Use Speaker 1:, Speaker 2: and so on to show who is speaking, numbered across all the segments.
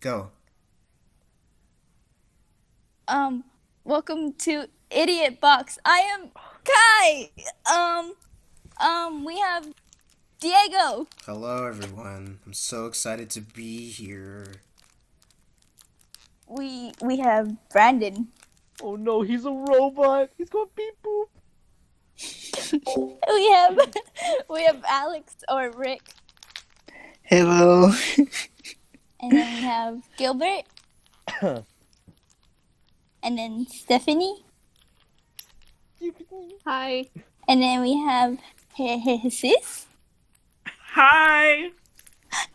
Speaker 1: Go.
Speaker 2: Um, welcome to Idiot Box. I am Kai. Um, um, we have Diego.
Speaker 1: Hello, everyone. I'm so excited to be here.
Speaker 2: We we have Brandon.
Speaker 3: Oh no, he's a robot. He's going beep boop.
Speaker 2: We have we have Alex or Rick,
Speaker 4: Hello.
Speaker 2: and then we have Gilbert, and then Stephanie,
Speaker 5: Hi.
Speaker 2: and then we have Jesus,
Speaker 4: Hi.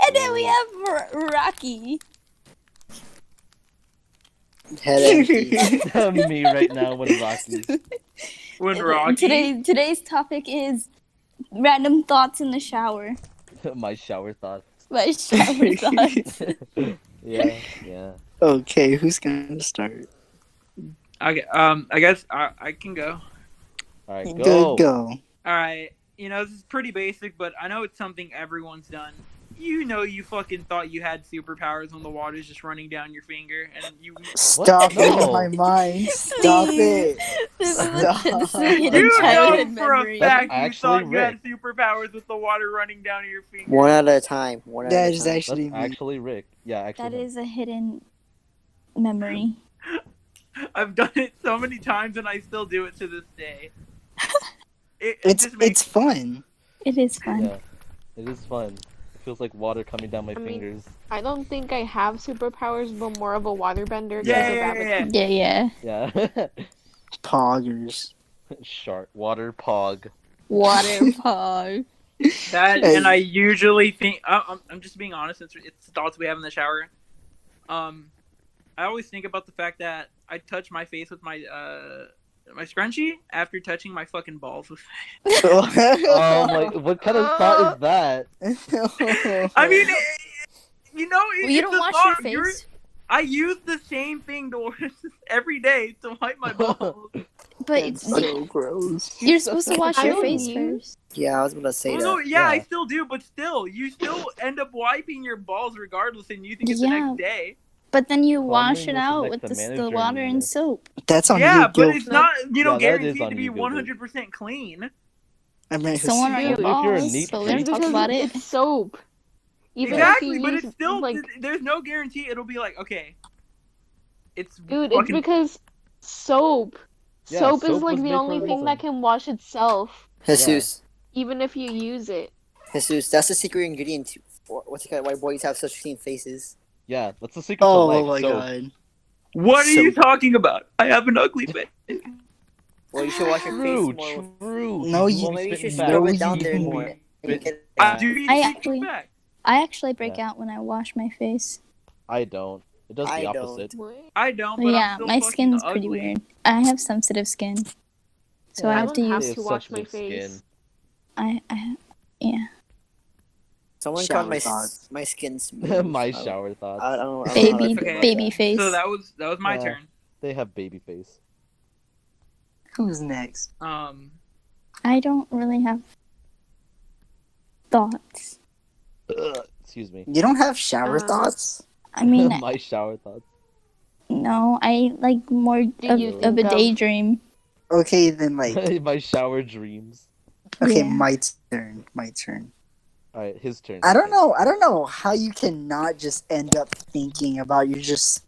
Speaker 2: and then we have R- Rocky.
Speaker 4: Hello.
Speaker 3: Me right now with Rocky.
Speaker 4: when
Speaker 2: And
Speaker 4: Rocky.
Speaker 2: Today today's topic is random thoughts in the shower.
Speaker 3: My shower thoughts.
Speaker 2: My shower thoughts.
Speaker 3: Yeah, yeah.
Speaker 6: Okay, who's gonna start?
Speaker 4: Okay, um, I guess I, I can go.
Speaker 3: All right,
Speaker 6: Go
Speaker 3: go.
Speaker 6: go.
Speaker 4: All right. You know, this is pretty basic, but I know it's something everyone's done. You know, you fucking thought you had superpowers when the water's just running down your finger, and you.
Speaker 6: Stop
Speaker 3: No.
Speaker 6: it, my mind. Stop
Speaker 2: Please.
Speaker 6: it.
Speaker 2: This is a,
Speaker 6: Stop.
Speaker 2: this is a hidden
Speaker 4: You
Speaker 2: childhood
Speaker 4: know for
Speaker 2: memory.
Speaker 4: a fact you
Speaker 3: That's
Speaker 4: thought
Speaker 3: actually
Speaker 4: you had superpowers with the water running down your finger.
Speaker 7: One at a time. One at
Speaker 6: That
Speaker 7: a
Speaker 6: is
Speaker 7: time.
Speaker 3: That's
Speaker 6: actually me.
Speaker 3: actually Rick. Yeah, actually.
Speaker 2: That is a hidden memory.
Speaker 4: I've done it so many times, and I still do it to this day. It, it
Speaker 6: It's
Speaker 4: just
Speaker 6: it's
Speaker 4: makes
Speaker 6: fun.
Speaker 2: It is fun.
Speaker 3: Yeah, it is fun. It feels like water coming down my
Speaker 5: I mean-
Speaker 3: fingers.
Speaker 5: I don't think I have superpowers, but more of a waterbender. 'cause
Speaker 4: Yeah,
Speaker 5: of
Speaker 4: yeah, yeah,
Speaker 5: Avatar.
Speaker 4: yeah.
Speaker 2: Yeah, yeah.
Speaker 3: Yeah.
Speaker 6: Poggers.
Speaker 3: Shark water pog.
Speaker 2: Water pog.
Speaker 4: that,
Speaker 6: Hey.
Speaker 4: and I usually think I, I'm, I'm just being honest. It's, it's thoughts we have in the shower. Um, I always think about the fact that I touch my face with my uh my scrunchie after touching my fucking balls. with-
Speaker 3: Oh my! What kind of thought is that?
Speaker 4: I mean, it, you know, it,
Speaker 2: Well, you
Speaker 4: it's
Speaker 2: don't
Speaker 4: a
Speaker 2: wash your
Speaker 4: thought.
Speaker 2: face.
Speaker 4: You're- I use the same thing to, every day to wipe my balls.
Speaker 2: But
Speaker 6: That's
Speaker 2: it's-
Speaker 6: so gross.
Speaker 2: you're supposed to wash
Speaker 5: I
Speaker 2: your
Speaker 5: don't
Speaker 2: face
Speaker 5: use-
Speaker 2: first.
Speaker 7: Yeah, I was gonna say
Speaker 4: Well,
Speaker 7: that.
Speaker 4: Oh, no, yeah, I
Speaker 3: yeah.
Speaker 4: still do, but still, you still end up wiping your balls regardless, and you think it's
Speaker 2: Yeah.
Speaker 4: the next day.
Speaker 2: But then you
Speaker 3: Well, I
Speaker 2: wash it
Speaker 3: mean, this is
Speaker 2: out
Speaker 3: like
Speaker 2: with
Speaker 3: the
Speaker 2: the, the
Speaker 3: manager
Speaker 2: water
Speaker 3: and
Speaker 2: and
Speaker 3: the-
Speaker 2: soap.
Speaker 6: That's on
Speaker 4: yeah,
Speaker 6: you,
Speaker 4: but
Speaker 6: Gilbert.
Speaker 4: it's not, you know,
Speaker 3: Yeah, that is
Speaker 4: guaranteed
Speaker 3: on
Speaker 4: to be
Speaker 3: you, Gilbert.
Speaker 4: one hundred percent clean.
Speaker 6: I mean,
Speaker 2: Someone on your
Speaker 3: If you're a
Speaker 2: balls.
Speaker 3: neat
Speaker 2: so we don't
Speaker 3: freak-
Speaker 2: talk about it.
Speaker 5: It's soap. if
Speaker 4: exactly,
Speaker 5: you
Speaker 4: but
Speaker 5: use,
Speaker 4: it's still
Speaker 5: like,
Speaker 4: there's no guarantee it'll be like okay. It's
Speaker 5: dude. It's
Speaker 4: fucking
Speaker 5: because soap.
Speaker 3: Yeah,
Speaker 5: soap,
Speaker 3: soap
Speaker 5: is like
Speaker 3: was
Speaker 5: the
Speaker 3: made for
Speaker 5: only
Speaker 3: a
Speaker 5: thing
Speaker 3: reason.
Speaker 5: that can wash itself,
Speaker 7: Jesus,
Speaker 5: even if you use it.
Speaker 7: Jesus, that's the secret ingredient. to- for- What's it called? Why boys have such clean faces?
Speaker 3: Yeah, that's the secret
Speaker 6: Oh
Speaker 3: to life.
Speaker 6: my
Speaker 3: so,
Speaker 6: god.
Speaker 4: what are you
Speaker 7: so-
Speaker 4: talking about? I have an ugly face.
Speaker 7: Well, you should wash your
Speaker 3: True,
Speaker 7: face more.
Speaker 3: true.
Speaker 6: No, you-
Speaker 7: Well, maybe you
Speaker 3: spit
Speaker 7: should
Speaker 3: back.
Speaker 7: throw
Speaker 6: No,
Speaker 7: it down
Speaker 6: you
Speaker 7: there
Speaker 6: didn't.
Speaker 7: more. and you can-
Speaker 4: I do need
Speaker 2: I
Speaker 4: to
Speaker 2: actually-
Speaker 4: actually... back.
Speaker 2: I actually break out when I wash my face.
Speaker 3: I don't. It does
Speaker 7: I
Speaker 3: the
Speaker 7: don't.
Speaker 3: opposite.
Speaker 4: I don't. But I'm
Speaker 2: yeah,
Speaker 4: still
Speaker 2: my
Speaker 4: fucking
Speaker 2: skin's pretty
Speaker 4: ugly.
Speaker 2: weird. I have sensitive skin, so
Speaker 3: Yeah,
Speaker 2: I
Speaker 5: I
Speaker 2: have to
Speaker 5: don't have
Speaker 2: use.
Speaker 5: to wash my
Speaker 3: Sensitive
Speaker 5: face.
Speaker 2: I, I
Speaker 7: Someone
Speaker 6: Shower
Speaker 7: called my s-
Speaker 6: thoughts.
Speaker 7: my skin
Speaker 3: skin.
Speaker 7: smooth.
Speaker 3: my
Speaker 7: I don't-
Speaker 3: shower thoughts.
Speaker 7: I don't, I don't know how to
Speaker 2: baby
Speaker 7: feel about
Speaker 2: baby
Speaker 7: that.
Speaker 2: face.
Speaker 4: So that was that was my
Speaker 3: Yeah.
Speaker 4: turn.
Speaker 3: They have baby face.
Speaker 6: Who's next?
Speaker 4: Um,
Speaker 2: I don't really have thoughts.
Speaker 3: Ugh, Excuse me.
Speaker 6: You don't have shower
Speaker 5: Uh,
Speaker 6: thoughts?
Speaker 2: I mean,
Speaker 3: my shower thoughts.
Speaker 2: no, I like more of,
Speaker 5: you
Speaker 2: of a
Speaker 5: think of-
Speaker 2: daydream.
Speaker 6: Okay, then like
Speaker 3: my shower dreams.
Speaker 6: okay,
Speaker 2: Yeah.
Speaker 6: my turn. My turn.
Speaker 3: All right, his turn.
Speaker 6: I don't
Speaker 3: Okay.
Speaker 6: know. I don't know how you cannot just end up thinking about you just,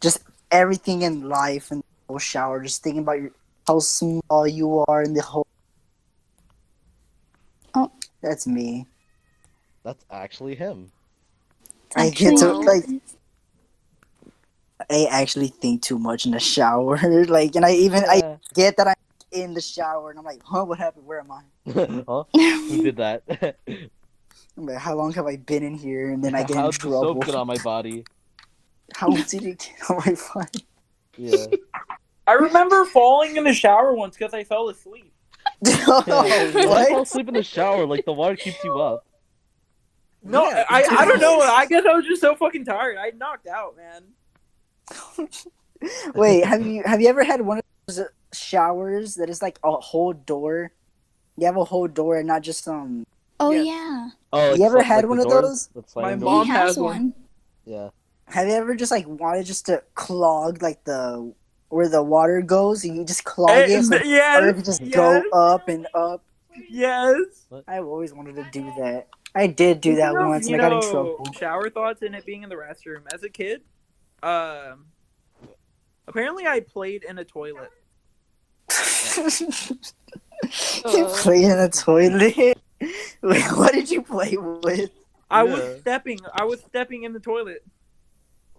Speaker 6: just everything in life and the whole shower. Just thinking about your how small you are and the whole.
Speaker 2: Oh.
Speaker 6: that's me.
Speaker 3: That's actually him.
Speaker 2: It's
Speaker 6: I get
Speaker 2: actually-
Speaker 6: to like. I actually think too much in the shower. like, and I even I
Speaker 3: Yeah.
Speaker 6: get that I'm in the shower and I'm like, huh, what happened? Where am I?
Speaker 3: huh? Who did that?
Speaker 6: I'm like, how long have I been in here? And then I get
Speaker 3: How
Speaker 6: in
Speaker 3: did soap get
Speaker 6: trouble.
Speaker 3: on my body?
Speaker 6: How did it get on my phone?
Speaker 3: Yeah.
Speaker 4: I remember falling in the shower once because I fell asleep.
Speaker 6: oh,
Speaker 3: Why fall
Speaker 6: what?
Speaker 3: asleep in the shower? Like the water keeps you up.
Speaker 4: No,
Speaker 6: Yeah.
Speaker 4: I, I don't know. I guess I was just so fucking tired. I knocked out, man.
Speaker 6: Wait, have you have you ever had one of those showers that is like a whole door? You have a whole door and not just um.
Speaker 2: oh
Speaker 4: Yeah.
Speaker 2: yeah,
Speaker 3: Oh,
Speaker 6: You
Speaker 3: it's
Speaker 6: ever
Speaker 3: like-
Speaker 6: had
Speaker 3: like
Speaker 6: one
Speaker 3: the
Speaker 6: of
Speaker 3: door
Speaker 6: those?
Speaker 3: That's
Speaker 4: My
Speaker 3: sliding
Speaker 2: he
Speaker 4: mom
Speaker 3: open.
Speaker 4: has
Speaker 2: has one.
Speaker 3: Yeah.
Speaker 6: Have you ever just like wanted just to clog like the where the water goes and you just clog
Speaker 4: Eh,
Speaker 6: it so
Speaker 4: th- yes,
Speaker 6: water can just
Speaker 4: yes.
Speaker 6: go up and up?
Speaker 4: yes.
Speaker 6: I've always wanted to do that. I did do that
Speaker 4: You know-
Speaker 6: once
Speaker 4: you
Speaker 6: and I got
Speaker 4: know,
Speaker 6: in trouble.
Speaker 4: Shower thoughts and it being in the restroom. As a kid, um, apparently I played in a toilet.
Speaker 6: you
Speaker 5: Ugh.
Speaker 6: play in the toilet? Wait, what did you play with?
Speaker 4: I
Speaker 3: Yeah.
Speaker 4: was stepping. I was stepping in the toilet.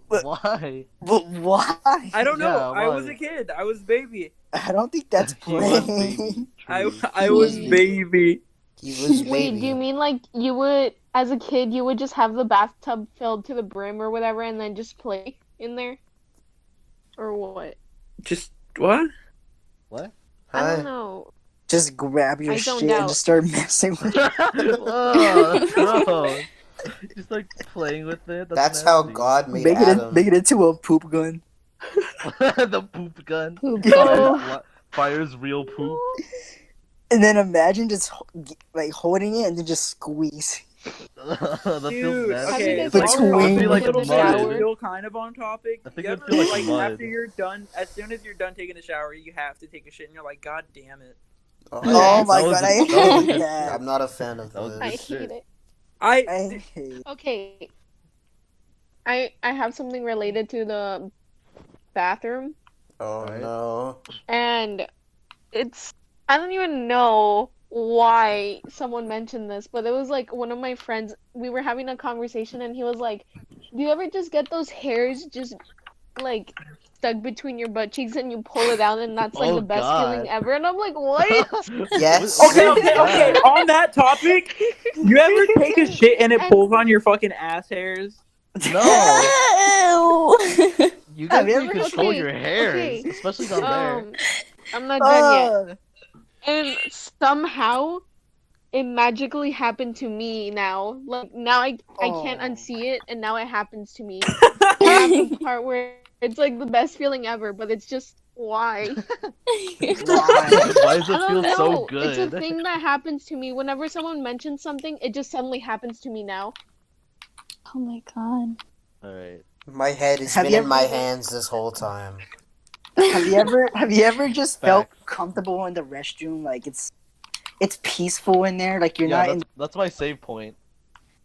Speaker 6: But-
Speaker 3: Why?
Speaker 6: But why?
Speaker 4: I don't know.
Speaker 3: Yeah,
Speaker 4: I was
Speaker 3: why?
Speaker 4: a kid. I was baby.
Speaker 6: I don't think that's
Speaker 3: He was
Speaker 6: playing.
Speaker 3: baby.
Speaker 4: I
Speaker 3: True.
Speaker 4: I was
Speaker 6: Yeah.
Speaker 4: baby.
Speaker 6: He was
Speaker 5: Wait, do you mean like you would, as a kid, you would just have the bathtub filled to the brim or whatever, and then just play in there, or what?
Speaker 4: Just what?
Speaker 3: What?
Speaker 5: I don't
Speaker 1: Huh?
Speaker 5: know.
Speaker 6: Just grab your
Speaker 5: I don't
Speaker 6: shit
Speaker 5: know.
Speaker 6: and just start messing with it.
Speaker 3: oh, no. Just like playing with it.
Speaker 1: That's how
Speaker 3: nasty.
Speaker 1: God made
Speaker 6: Make it, in-
Speaker 1: Adam.
Speaker 6: make it into a poop gun.
Speaker 3: the poop gun.
Speaker 2: Poop.
Speaker 5: Oh.
Speaker 3: Fires, li- fires real poop.
Speaker 6: And then imagine just ho- g- like holding it and then just squeeze.
Speaker 3: that feels
Speaker 4: Dude,
Speaker 3: nasty.
Speaker 5: Have you
Speaker 4: okay.
Speaker 5: guys
Speaker 6: But
Speaker 4: also,
Speaker 6: wing.
Speaker 4: I feel like
Speaker 3: Like a
Speaker 4: little bit
Speaker 3: mud.
Speaker 4: still kind of on topic.
Speaker 3: I think
Speaker 4: You
Speaker 3: it would
Speaker 4: ever,
Speaker 3: feel
Speaker 4: like
Speaker 3: like mud.
Speaker 4: after you're done, as soon as you're done taking a shower, you have to take a shit, and you're like, God damn it!
Speaker 6: Oh my
Speaker 3: that was
Speaker 6: god,
Speaker 3: a- that
Speaker 6: I
Speaker 3: was a
Speaker 6: hate
Speaker 3: good-
Speaker 6: that.
Speaker 1: I'm not a fan of
Speaker 3: That was
Speaker 5: I
Speaker 1: this.
Speaker 3: good.
Speaker 5: hate
Speaker 3: Shit.
Speaker 5: it.
Speaker 4: I
Speaker 6: I hate
Speaker 5: Okay. I I have something related to the bathroom
Speaker 1: Oh
Speaker 3: Right.
Speaker 1: no.
Speaker 5: and it's I don't even know why someone mentioned this, but it was like one of my friends we were having a conversation and he was like, "Do you ever just get those hairs just like stuck between your butt cheeks and you pull it out and that's like
Speaker 3: Oh,
Speaker 5: the best
Speaker 3: God.
Speaker 5: feeling ever?" And I'm like, "What?"
Speaker 1: Yes.
Speaker 4: Okay, okay, okay. On that topic, you ever take a shit and it
Speaker 5: And-
Speaker 4: pulls on your fucking ass hairs?
Speaker 3: No,
Speaker 2: Ew.
Speaker 3: you
Speaker 6: Have
Speaker 3: guys need
Speaker 6: you
Speaker 3: to
Speaker 6: ever-
Speaker 3: control
Speaker 5: okay,
Speaker 3: your hairs,
Speaker 5: okay.
Speaker 3: especially down there.
Speaker 5: um, I'm not done yet.
Speaker 6: Uh,
Speaker 5: And somehow it magically happened to me now. Like now I I can't
Speaker 6: Aw.
Speaker 5: unsee it and now it happens to me. That's the part where it's like the best feeling ever, but it's just why?
Speaker 2: Oh
Speaker 6: why?
Speaker 3: Why does
Speaker 5: I
Speaker 3: it feel
Speaker 5: don't know.
Speaker 3: so
Speaker 5: It's a
Speaker 3: good?
Speaker 5: thing that happens to me. Whenever someone mentions something, it just suddenly happens to me now.
Speaker 2: oh my god.
Speaker 3: All right.
Speaker 1: My head has
Speaker 6: Have
Speaker 1: been
Speaker 6: you
Speaker 1: in my
Speaker 6: ever-
Speaker 1: hands this whole time.
Speaker 6: have you ever have you ever just felt comfortable in the restroom? Like it's it's peaceful in there. Like you're
Speaker 3: yeah,
Speaker 6: not
Speaker 3: that's,
Speaker 6: in
Speaker 3: that's my save point.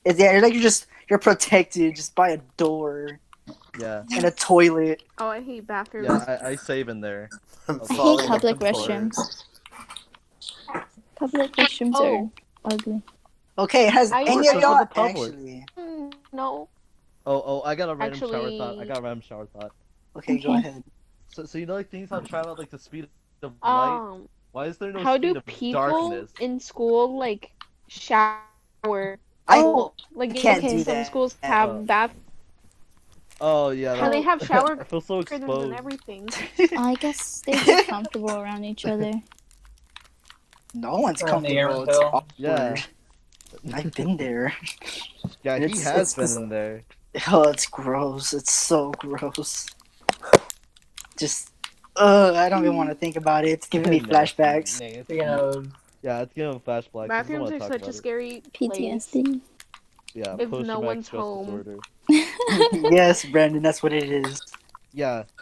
Speaker 6: it's, yeah, you're like you're just you're protected just by a door
Speaker 3: Yeah,
Speaker 6: and a toilet.
Speaker 5: Oh, I hate bathrooms.
Speaker 3: yeah, I, I save in there.
Speaker 1: I'm
Speaker 3: I hate
Speaker 2: I
Speaker 1: falling
Speaker 2: hate
Speaker 1: off
Speaker 2: public
Speaker 1: the floor.
Speaker 2: restrooms. Public restrooms
Speaker 5: Oh.
Speaker 2: are ugly.
Speaker 6: Okay, has
Speaker 5: I-
Speaker 6: any
Speaker 5: This
Speaker 6: of
Speaker 5: is
Speaker 6: y'all
Speaker 3: the public.
Speaker 6: actually?
Speaker 5: Mm, No.
Speaker 3: Oh, oh, I got a random
Speaker 5: Actually-
Speaker 3: shower thought. I got a random shower thought.
Speaker 6: Okay, go
Speaker 2: Okay.
Speaker 6: ahead.
Speaker 3: So, so you know, like things that travel at like the speed of light.
Speaker 5: Um,
Speaker 3: Why is there no
Speaker 5: how
Speaker 3: speed
Speaker 5: do
Speaker 3: of
Speaker 5: people
Speaker 3: darkness?
Speaker 5: in school like shower?
Speaker 6: I
Speaker 5: oh, like
Speaker 6: can't
Speaker 5: okay,
Speaker 6: do
Speaker 5: some
Speaker 6: that.
Speaker 5: schools
Speaker 6: Uh,
Speaker 5: have bath
Speaker 3: Oh yeah.
Speaker 5: How they
Speaker 3: that-
Speaker 5: have shower
Speaker 3: I feel so
Speaker 5: curtains
Speaker 3: exposed.
Speaker 5: and everything.
Speaker 2: I guess they get comfortable around each other.
Speaker 6: no one's
Speaker 4: Turn the air
Speaker 6: comfortable. It's
Speaker 4: until-
Speaker 6: awkward.
Speaker 3: Yeah.
Speaker 6: I've been there.
Speaker 3: Yeah, he
Speaker 6: It's-
Speaker 3: has
Speaker 6: it's-
Speaker 3: been in there.
Speaker 6: Oh, it's gross. It's so gross. Just, ugh, I don't even want to think about it. It's giving me
Speaker 3: No.
Speaker 6: flashbacks.
Speaker 3: Yeah, it's giving flashbacks.
Speaker 5: Bathrooms are such a scary place.
Speaker 2: PTSD.
Speaker 3: Yeah,
Speaker 5: if no
Speaker 3: post-traumatic
Speaker 5: one's
Speaker 3: stress
Speaker 5: home.
Speaker 3: disorder.
Speaker 6: yes, Brandon, that's what it is.
Speaker 3: Yeah.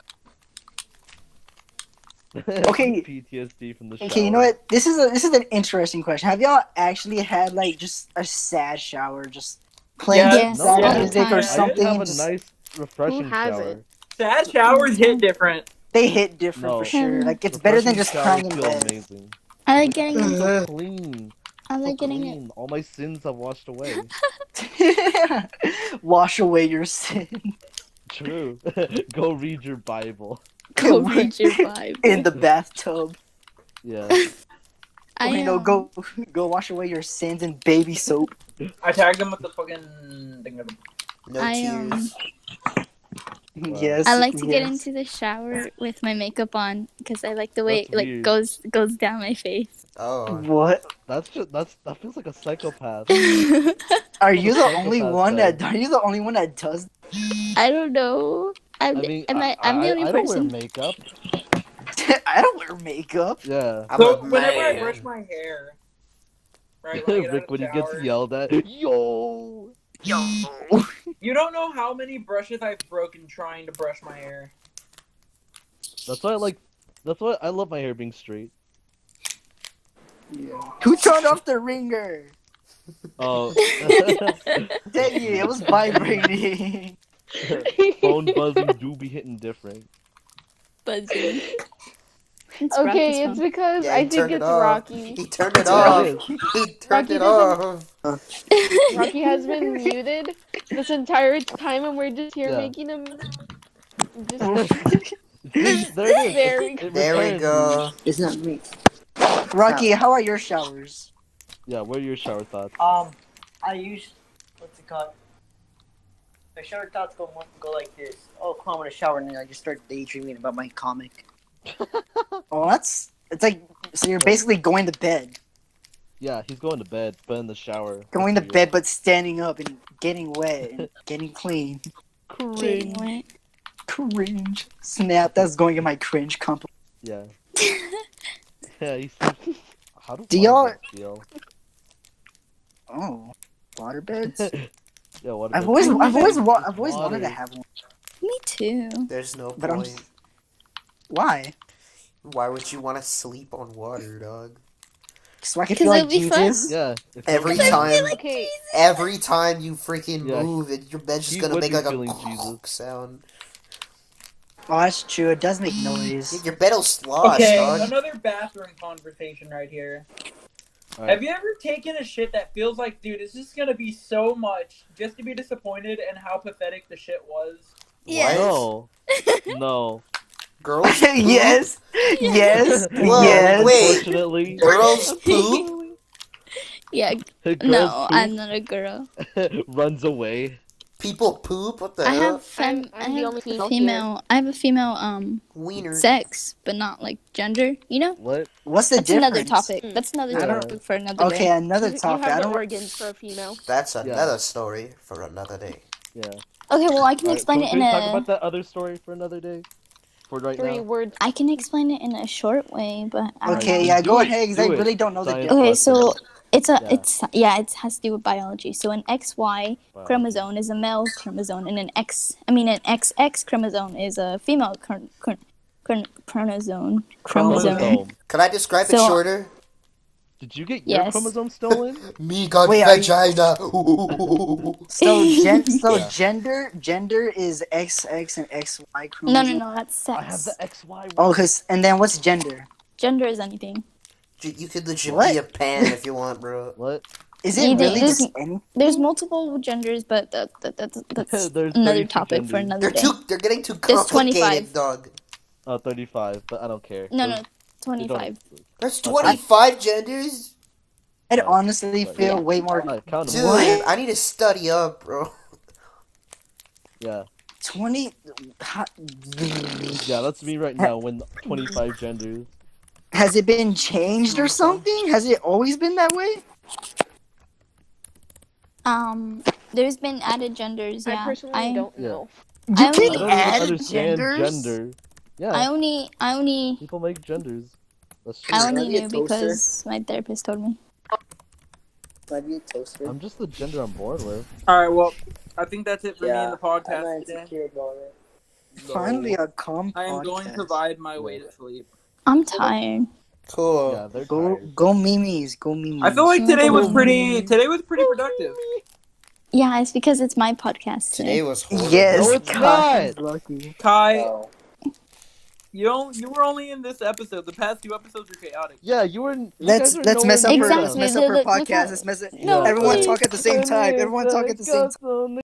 Speaker 6: Okay.
Speaker 3: PTSD from the shower.
Speaker 6: Okay, you know what? This is a this is an interesting question. Have y'all actually had like just a sad shower, just playing
Speaker 4: Yeah.
Speaker 2: Yes,
Speaker 6: sad
Speaker 3: No. all the
Speaker 6: music
Speaker 2: time. I
Speaker 6: or
Speaker 2: did
Speaker 3: I did
Speaker 6: something?
Speaker 3: have a
Speaker 6: just-
Speaker 3: nice, refreshing
Speaker 5: has
Speaker 3: shower.
Speaker 5: it?
Speaker 4: Sad showers hit different.
Speaker 6: They hit different
Speaker 3: No.
Speaker 6: for
Speaker 2: Hmm.
Speaker 6: sure. Like it's better than
Speaker 3: Refreshing
Speaker 6: just
Speaker 3: showers
Speaker 6: crying in
Speaker 3: feel
Speaker 6: bed.
Speaker 3: amazing.
Speaker 2: I like getting
Speaker 3: I'm
Speaker 2: it.
Speaker 3: so clean.
Speaker 2: I
Speaker 3: so
Speaker 2: like getting it.
Speaker 3: clean. All my sins have washed away.
Speaker 6: Wash away your sin
Speaker 3: True. Go read your Bible.
Speaker 2: Go read your vibe.
Speaker 6: in the bathtub.
Speaker 3: Yeah.
Speaker 2: I
Speaker 6: you know,
Speaker 2: um,
Speaker 6: go go wash away your sins in baby soap.
Speaker 4: I tagged them with the fucking thing. of-
Speaker 1: No
Speaker 2: I,
Speaker 1: tears.
Speaker 2: um,
Speaker 3: Wow.
Speaker 6: Yes.
Speaker 2: I like to get
Speaker 6: yes.
Speaker 2: into the shower with my makeup on because I like the way
Speaker 3: That's
Speaker 2: it like
Speaker 3: weird.
Speaker 2: goes goes down my face.
Speaker 1: Oh.
Speaker 6: What?
Speaker 3: That's just that's that feels like a psychopath.
Speaker 2: I
Speaker 6: Are you the
Speaker 3: Psychopath
Speaker 6: only one
Speaker 3: though.
Speaker 6: that? Are you the only one that does?
Speaker 2: don't know. I'm,
Speaker 3: I mean,
Speaker 2: am I,
Speaker 3: I,
Speaker 2: I'm the only
Speaker 3: I don't wear
Speaker 2: person.
Speaker 3: makeup.
Speaker 6: I don't wear makeup.
Speaker 3: Yeah.
Speaker 1: I'm
Speaker 4: So
Speaker 1: a
Speaker 4: whenever I
Speaker 1: man.
Speaker 4: brush my hair, right? When I get out of
Speaker 3: Rick
Speaker 4: the
Speaker 3: when he
Speaker 4: shower-
Speaker 3: gets yelled at, yo.
Speaker 6: Yo.
Speaker 4: You don't know how many brushes I've broken trying to brush my hair.
Speaker 3: That's why I like. That's why I love my hair being straight.
Speaker 6: Who turned off the ringer?
Speaker 3: Oh,
Speaker 6: Dang you, it was vibrating.
Speaker 3: phone buzzing do be hitting different.
Speaker 2: Buzzing.
Speaker 5: okay, it's because
Speaker 8: Yeah,
Speaker 5: I
Speaker 8: he
Speaker 5: think
Speaker 8: turned it
Speaker 5: it's
Speaker 8: off.
Speaker 5: Rocky.
Speaker 8: He turned it
Speaker 3: That's what
Speaker 8: off.
Speaker 3: it is.
Speaker 8: He turned
Speaker 5: Rocky
Speaker 8: it
Speaker 5: doesn't-
Speaker 8: off.
Speaker 5: Rocky has been muted this entire time, and we're just here
Speaker 3: Yeah.
Speaker 5: making him. Just...
Speaker 3: There it is.
Speaker 5: There we
Speaker 3: It
Speaker 8: There we
Speaker 3: returns.
Speaker 8: go.
Speaker 7: It's not me.
Speaker 6: Rocky, how are your showers?
Speaker 3: Yeah, what are your shower thoughts?
Speaker 9: Um, I use what's it called? My shower thoughts go more- go like this. Oh, come on, a shower, and then I just start daydreaming about my comic.
Speaker 6: Oh, that's it's like so you're basically going to bed,
Speaker 3: Yeah, he's going to bed, but in the shower.
Speaker 6: going to
Speaker 3: Weird.
Speaker 6: bed but standing up and getting wet and getting clean.
Speaker 3: Cringe.
Speaker 6: Cringe. Snap, that's going in my cringe comp.
Speaker 3: Yeah. Yeah, he sleeps. How do
Speaker 6: Do y'all-
Speaker 3: water beds feel?
Speaker 6: Oh, water beds.
Speaker 3: Yeah, what
Speaker 6: I've
Speaker 3: about-
Speaker 6: always, I've always, wa- I've always
Speaker 3: Water.
Speaker 6: wanted to have one.
Speaker 2: Me too.
Speaker 8: There's no
Speaker 6: But I'm
Speaker 8: point.
Speaker 6: Why?
Speaker 8: Why would you want to sleep on water, dog?
Speaker 6: So I could
Speaker 2: 'Cause
Speaker 6: feel like
Speaker 2: it'd be fun.
Speaker 6: Jesus.
Speaker 3: Yeah. if
Speaker 8: Every
Speaker 3: someone-
Speaker 8: time,
Speaker 5: Okay,
Speaker 8: every time you freaking
Speaker 3: Yeah,
Speaker 8: move, it, your bed's
Speaker 3: he
Speaker 8: just gonna
Speaker 3: would
Speaker 8: make
Speaker 3: be
Speaker 8: like
Speaker 3: feeling
Speaker 8: a
Speaker 3: Jesus.
Speaker 8: sound.
Speaker 6: Oh, that's true. It does make
Speaker 8: Yeah,
Speaker 6: noise.
Speaker 8: Your bed'll slosh,
Speaker 4: okay,
Speaker 8: dog.
Speaker 4: another bathroom conversation right here.
Speaker 3: All
Speaker 4: Have
Speaker 3: right.
Speaker 4: you ever taken a shit that feels like, dude, this is gonna be so much just to be disappointed and how pathetic the shit was?
Speaker 2: Yeah.
Speaker 3: No. No.
Speaker 8: Girls,
Speaker 6: yes, yes,
Speaker 8: Whoa,
Speaker 6: yes.
Speaker 8: wait.
Speaker 3: Unfortunately,
Speaker 8: girls poop.
Speaker 2: Yeah.
Speaker 3: the girl
Speaker 2: No,
Speaker 3: poop
Speaker 2: I'm not a girl.
Speaker 3: runs away.
Speaker 8: People poop. What the
Speaker 3: Uh,
Speaker 2: I
Speaker 8: hell?
Speaker 2: have fem-
Speaker 5: I'm- I'm
Speaker 2: I
Speaker 5: the
Speaker 2: have
Speaker 5: only female
Speaker 2: female. I have a female um
Speaker 8: Wiener.
Speaker 2: sex, but not like gender. You know.
Speaker 3: What?
Speaker 6: What's the
Speaker 2: That's
Speaker 6: difference?
Speaker 2: another topic.
Speaker 5: Mm.
Speaker 2: That's another
Speaker 3: I don't-
Speaker 2: topic for another
Speaker 6: Okay,
Speaker 2: day.
Speaker 6: another
Speaker 5: you,
Speaker 6: topic.
Speaker 5: You have
Speaker 6: I
Speaker 5: the
Speaker 6: don't.
Speaker 5: organs for a female.
Speaker 8: That's
Speaker 3: Yeah.
Speaker 8: another story for another day.
Speaker 3: Yeah.
Speaker 2: Okay, well I can
Speaker 3: All right,
Speaker 2: explain
Speaker 3: so
Speaker 2: it
Speaker 3: can
Speaker 2: in
Speaker 3: we talk
Speaker 2: a
Speaker 3: about that other story for another day? For right
Speaker 5: Three
Speaker 3: now.
Speaker 5: words.
Speaker 2: I can explain it in a short way, but I don't
Speaker 6: Okay,
Speaker 3: Alright,
Speaker 6: yeah,
Speaker 3: do
Speaker 6: go
Speaker 3: it,
Speaker 6: ahead. 'cause
Speaker 3: do
Speaker 6: I
Speaker 3: it.
Speaker 6: really don't know the
Speaker 3: Science
Speaker 6: difference.
Speaker 2: Okay, so it's a
Speaker 3: Yeah.
Speaker 2: it's yeah, it has to do with biology. So an XY
Speaker 3: Wow.
Speaker 2: chromosome is a male chromosome, and an X I mean an XX chromosome is a female chron- chron- chron- chromosome. Oh, Chromosome.
Speaker 3: Chromosome.
Speaker 8: Can I describe it
Speaker 2: So-
Speaker 8: shorter?
Speaker 3: Did you get your
Speaker 2: Yes.
Speaker 3: chromosome stolen?
Speaker 8: Me got
Speaker 6: Wait, are you-
Speaker 8: vagina.
Speaker 6: So, gen- so
Speaker 8: Yeah.
Speaker 6: gender, gender is XX and XY
Speaker 2: No,
Speaker 6: chromosome.
Speaker 2: no, no, that's
Speaker 3: I have
Speaker 2: sex.
Speaker 3: the XY.
Speaker 6: Oh, cause and then what's gender?
Speaker 2: Gender is anything.
Speaker 8: Dude, you could legit
Speaker 6: What?
Speaker 8: be a pan if you want, bro.
Speaker 3: What?
Speaker 6: Is it
Speaker 2: You did-
Speaker 6: really
Speaker 2: there's-
Speaker 6: just any?
Speaker 2: There's multiple genders, but that, that, that, that's
Speaker 3: There's
Speaker 2: another
Speaker 3: 32
Speaker 2: topic for
Speaker 3: genders.
Speaker 2: another
Speaker 8: They're
Speaker 2: day.
Speaker 8: too. They're getting too
Speaker 2: There's 25.
Speaker 8: complicated, dog.
Speaker 3: Oh, 35, but I don't care.
Speaker 2: No, no,
Speaker 3: You don't-
Speaker 2: 25.
Speaker 8: There's
Speaker 3: Okay.
Speaker 8: twenty-five genders.
Speaker 6: I'd honestly
Speaker 3: Right.
Speaker 6: feel way more.
Speaker 3: Alright, count 'em.
Speaker 8: Dude, I need to study up, bro.
Speaker 3: Yeah.
Speaker 6: Twenty. ha-
Speaker 3: Yeah, that's me right now when 25 genders.
Speaker 6: Has it been changed or something? Has it always been that way?
Speaker 2: Um, there's been added genders, yeah.
Speaker 5: I personally don't
Speaker 3: Yeah.
Speaker 5: know.
Speaker 6: You
Speaker 2: I
Speaker 3: I
Speaker 6: can
Speaker 3: don't even
Speaker 6: add
Speaker 3: understand
Speaker 6: genders.
Speaker 3: gender. Yeah,
Speaker 2: I only, I only
Speaker 3: people make genders. That's true.
Speaker 2: I
Speaker 7: Can
Speaker 2: only
Speaker 7: I be a
Speaker 2: knew
Speaker 7: toaster?
Speaker 2: because my therapist told me.
Speaker 7: Can I be a toaster?
Speaker 3: I'm just the gender I'm born with.
Speaker 4: All right, well, I think that's it for me
Speaker 7: Yeah,
Speaker 4: in the
Speaker 7: I'm not
Speaker 4: podcast today.
Speaker 7: insecure about it.
Speaker 6: Finally, a calm
Speaker 4: I am going
Speaker 6: podcast.
Speaker 4: to provide my way to sleep.
Speaker 2: I'm tired.
Speaker 6: Oh.
Speaker 8: Cool.
Speaker 3: Yeah, they're
Speaker 6: Go,
Speaker 3: tired.
Speaker 6: go, memes. Go, memes.
Speaker 4: I feel like today was pretty. Today was pretty productive.
Speaker 2: Yeah, it's because it's my podcast
Speaker 8: Today
Speaker 2: today.
Speaker 8: was horrible.
Speaker 6: yes.
Speaker 3: No, it's
Speaker 6: God, Lucky.
Speaker 4: Kai,
Speaker 7: No.
Speaker 4: you don't, you were only in this episode. The past two episodes were chaotic.
Speaker 3: Yeah, you were. you
Speaker 6: Let's
Speaker 3: guys are
Speaker 6: let's
Speaker 3: nowhere
Speaker 6: mess up
Speaker 3: near
Speaker 6: her.
Speaker 2: Exactly.
Speaker 6: Let's
Speaker 3: them.
Speaker 6: mess up her
Speaker 2: Look, look, look
Speaker 6: podcast.
Speaker 2: how-
Speaker 6: Let's mess it.
Speaker 3: No,
Speaker 2: oh
Speaker 6: Everyone
Speaker 3: please.
Speaker 6: talk at the same time. Everyone talk at the same time.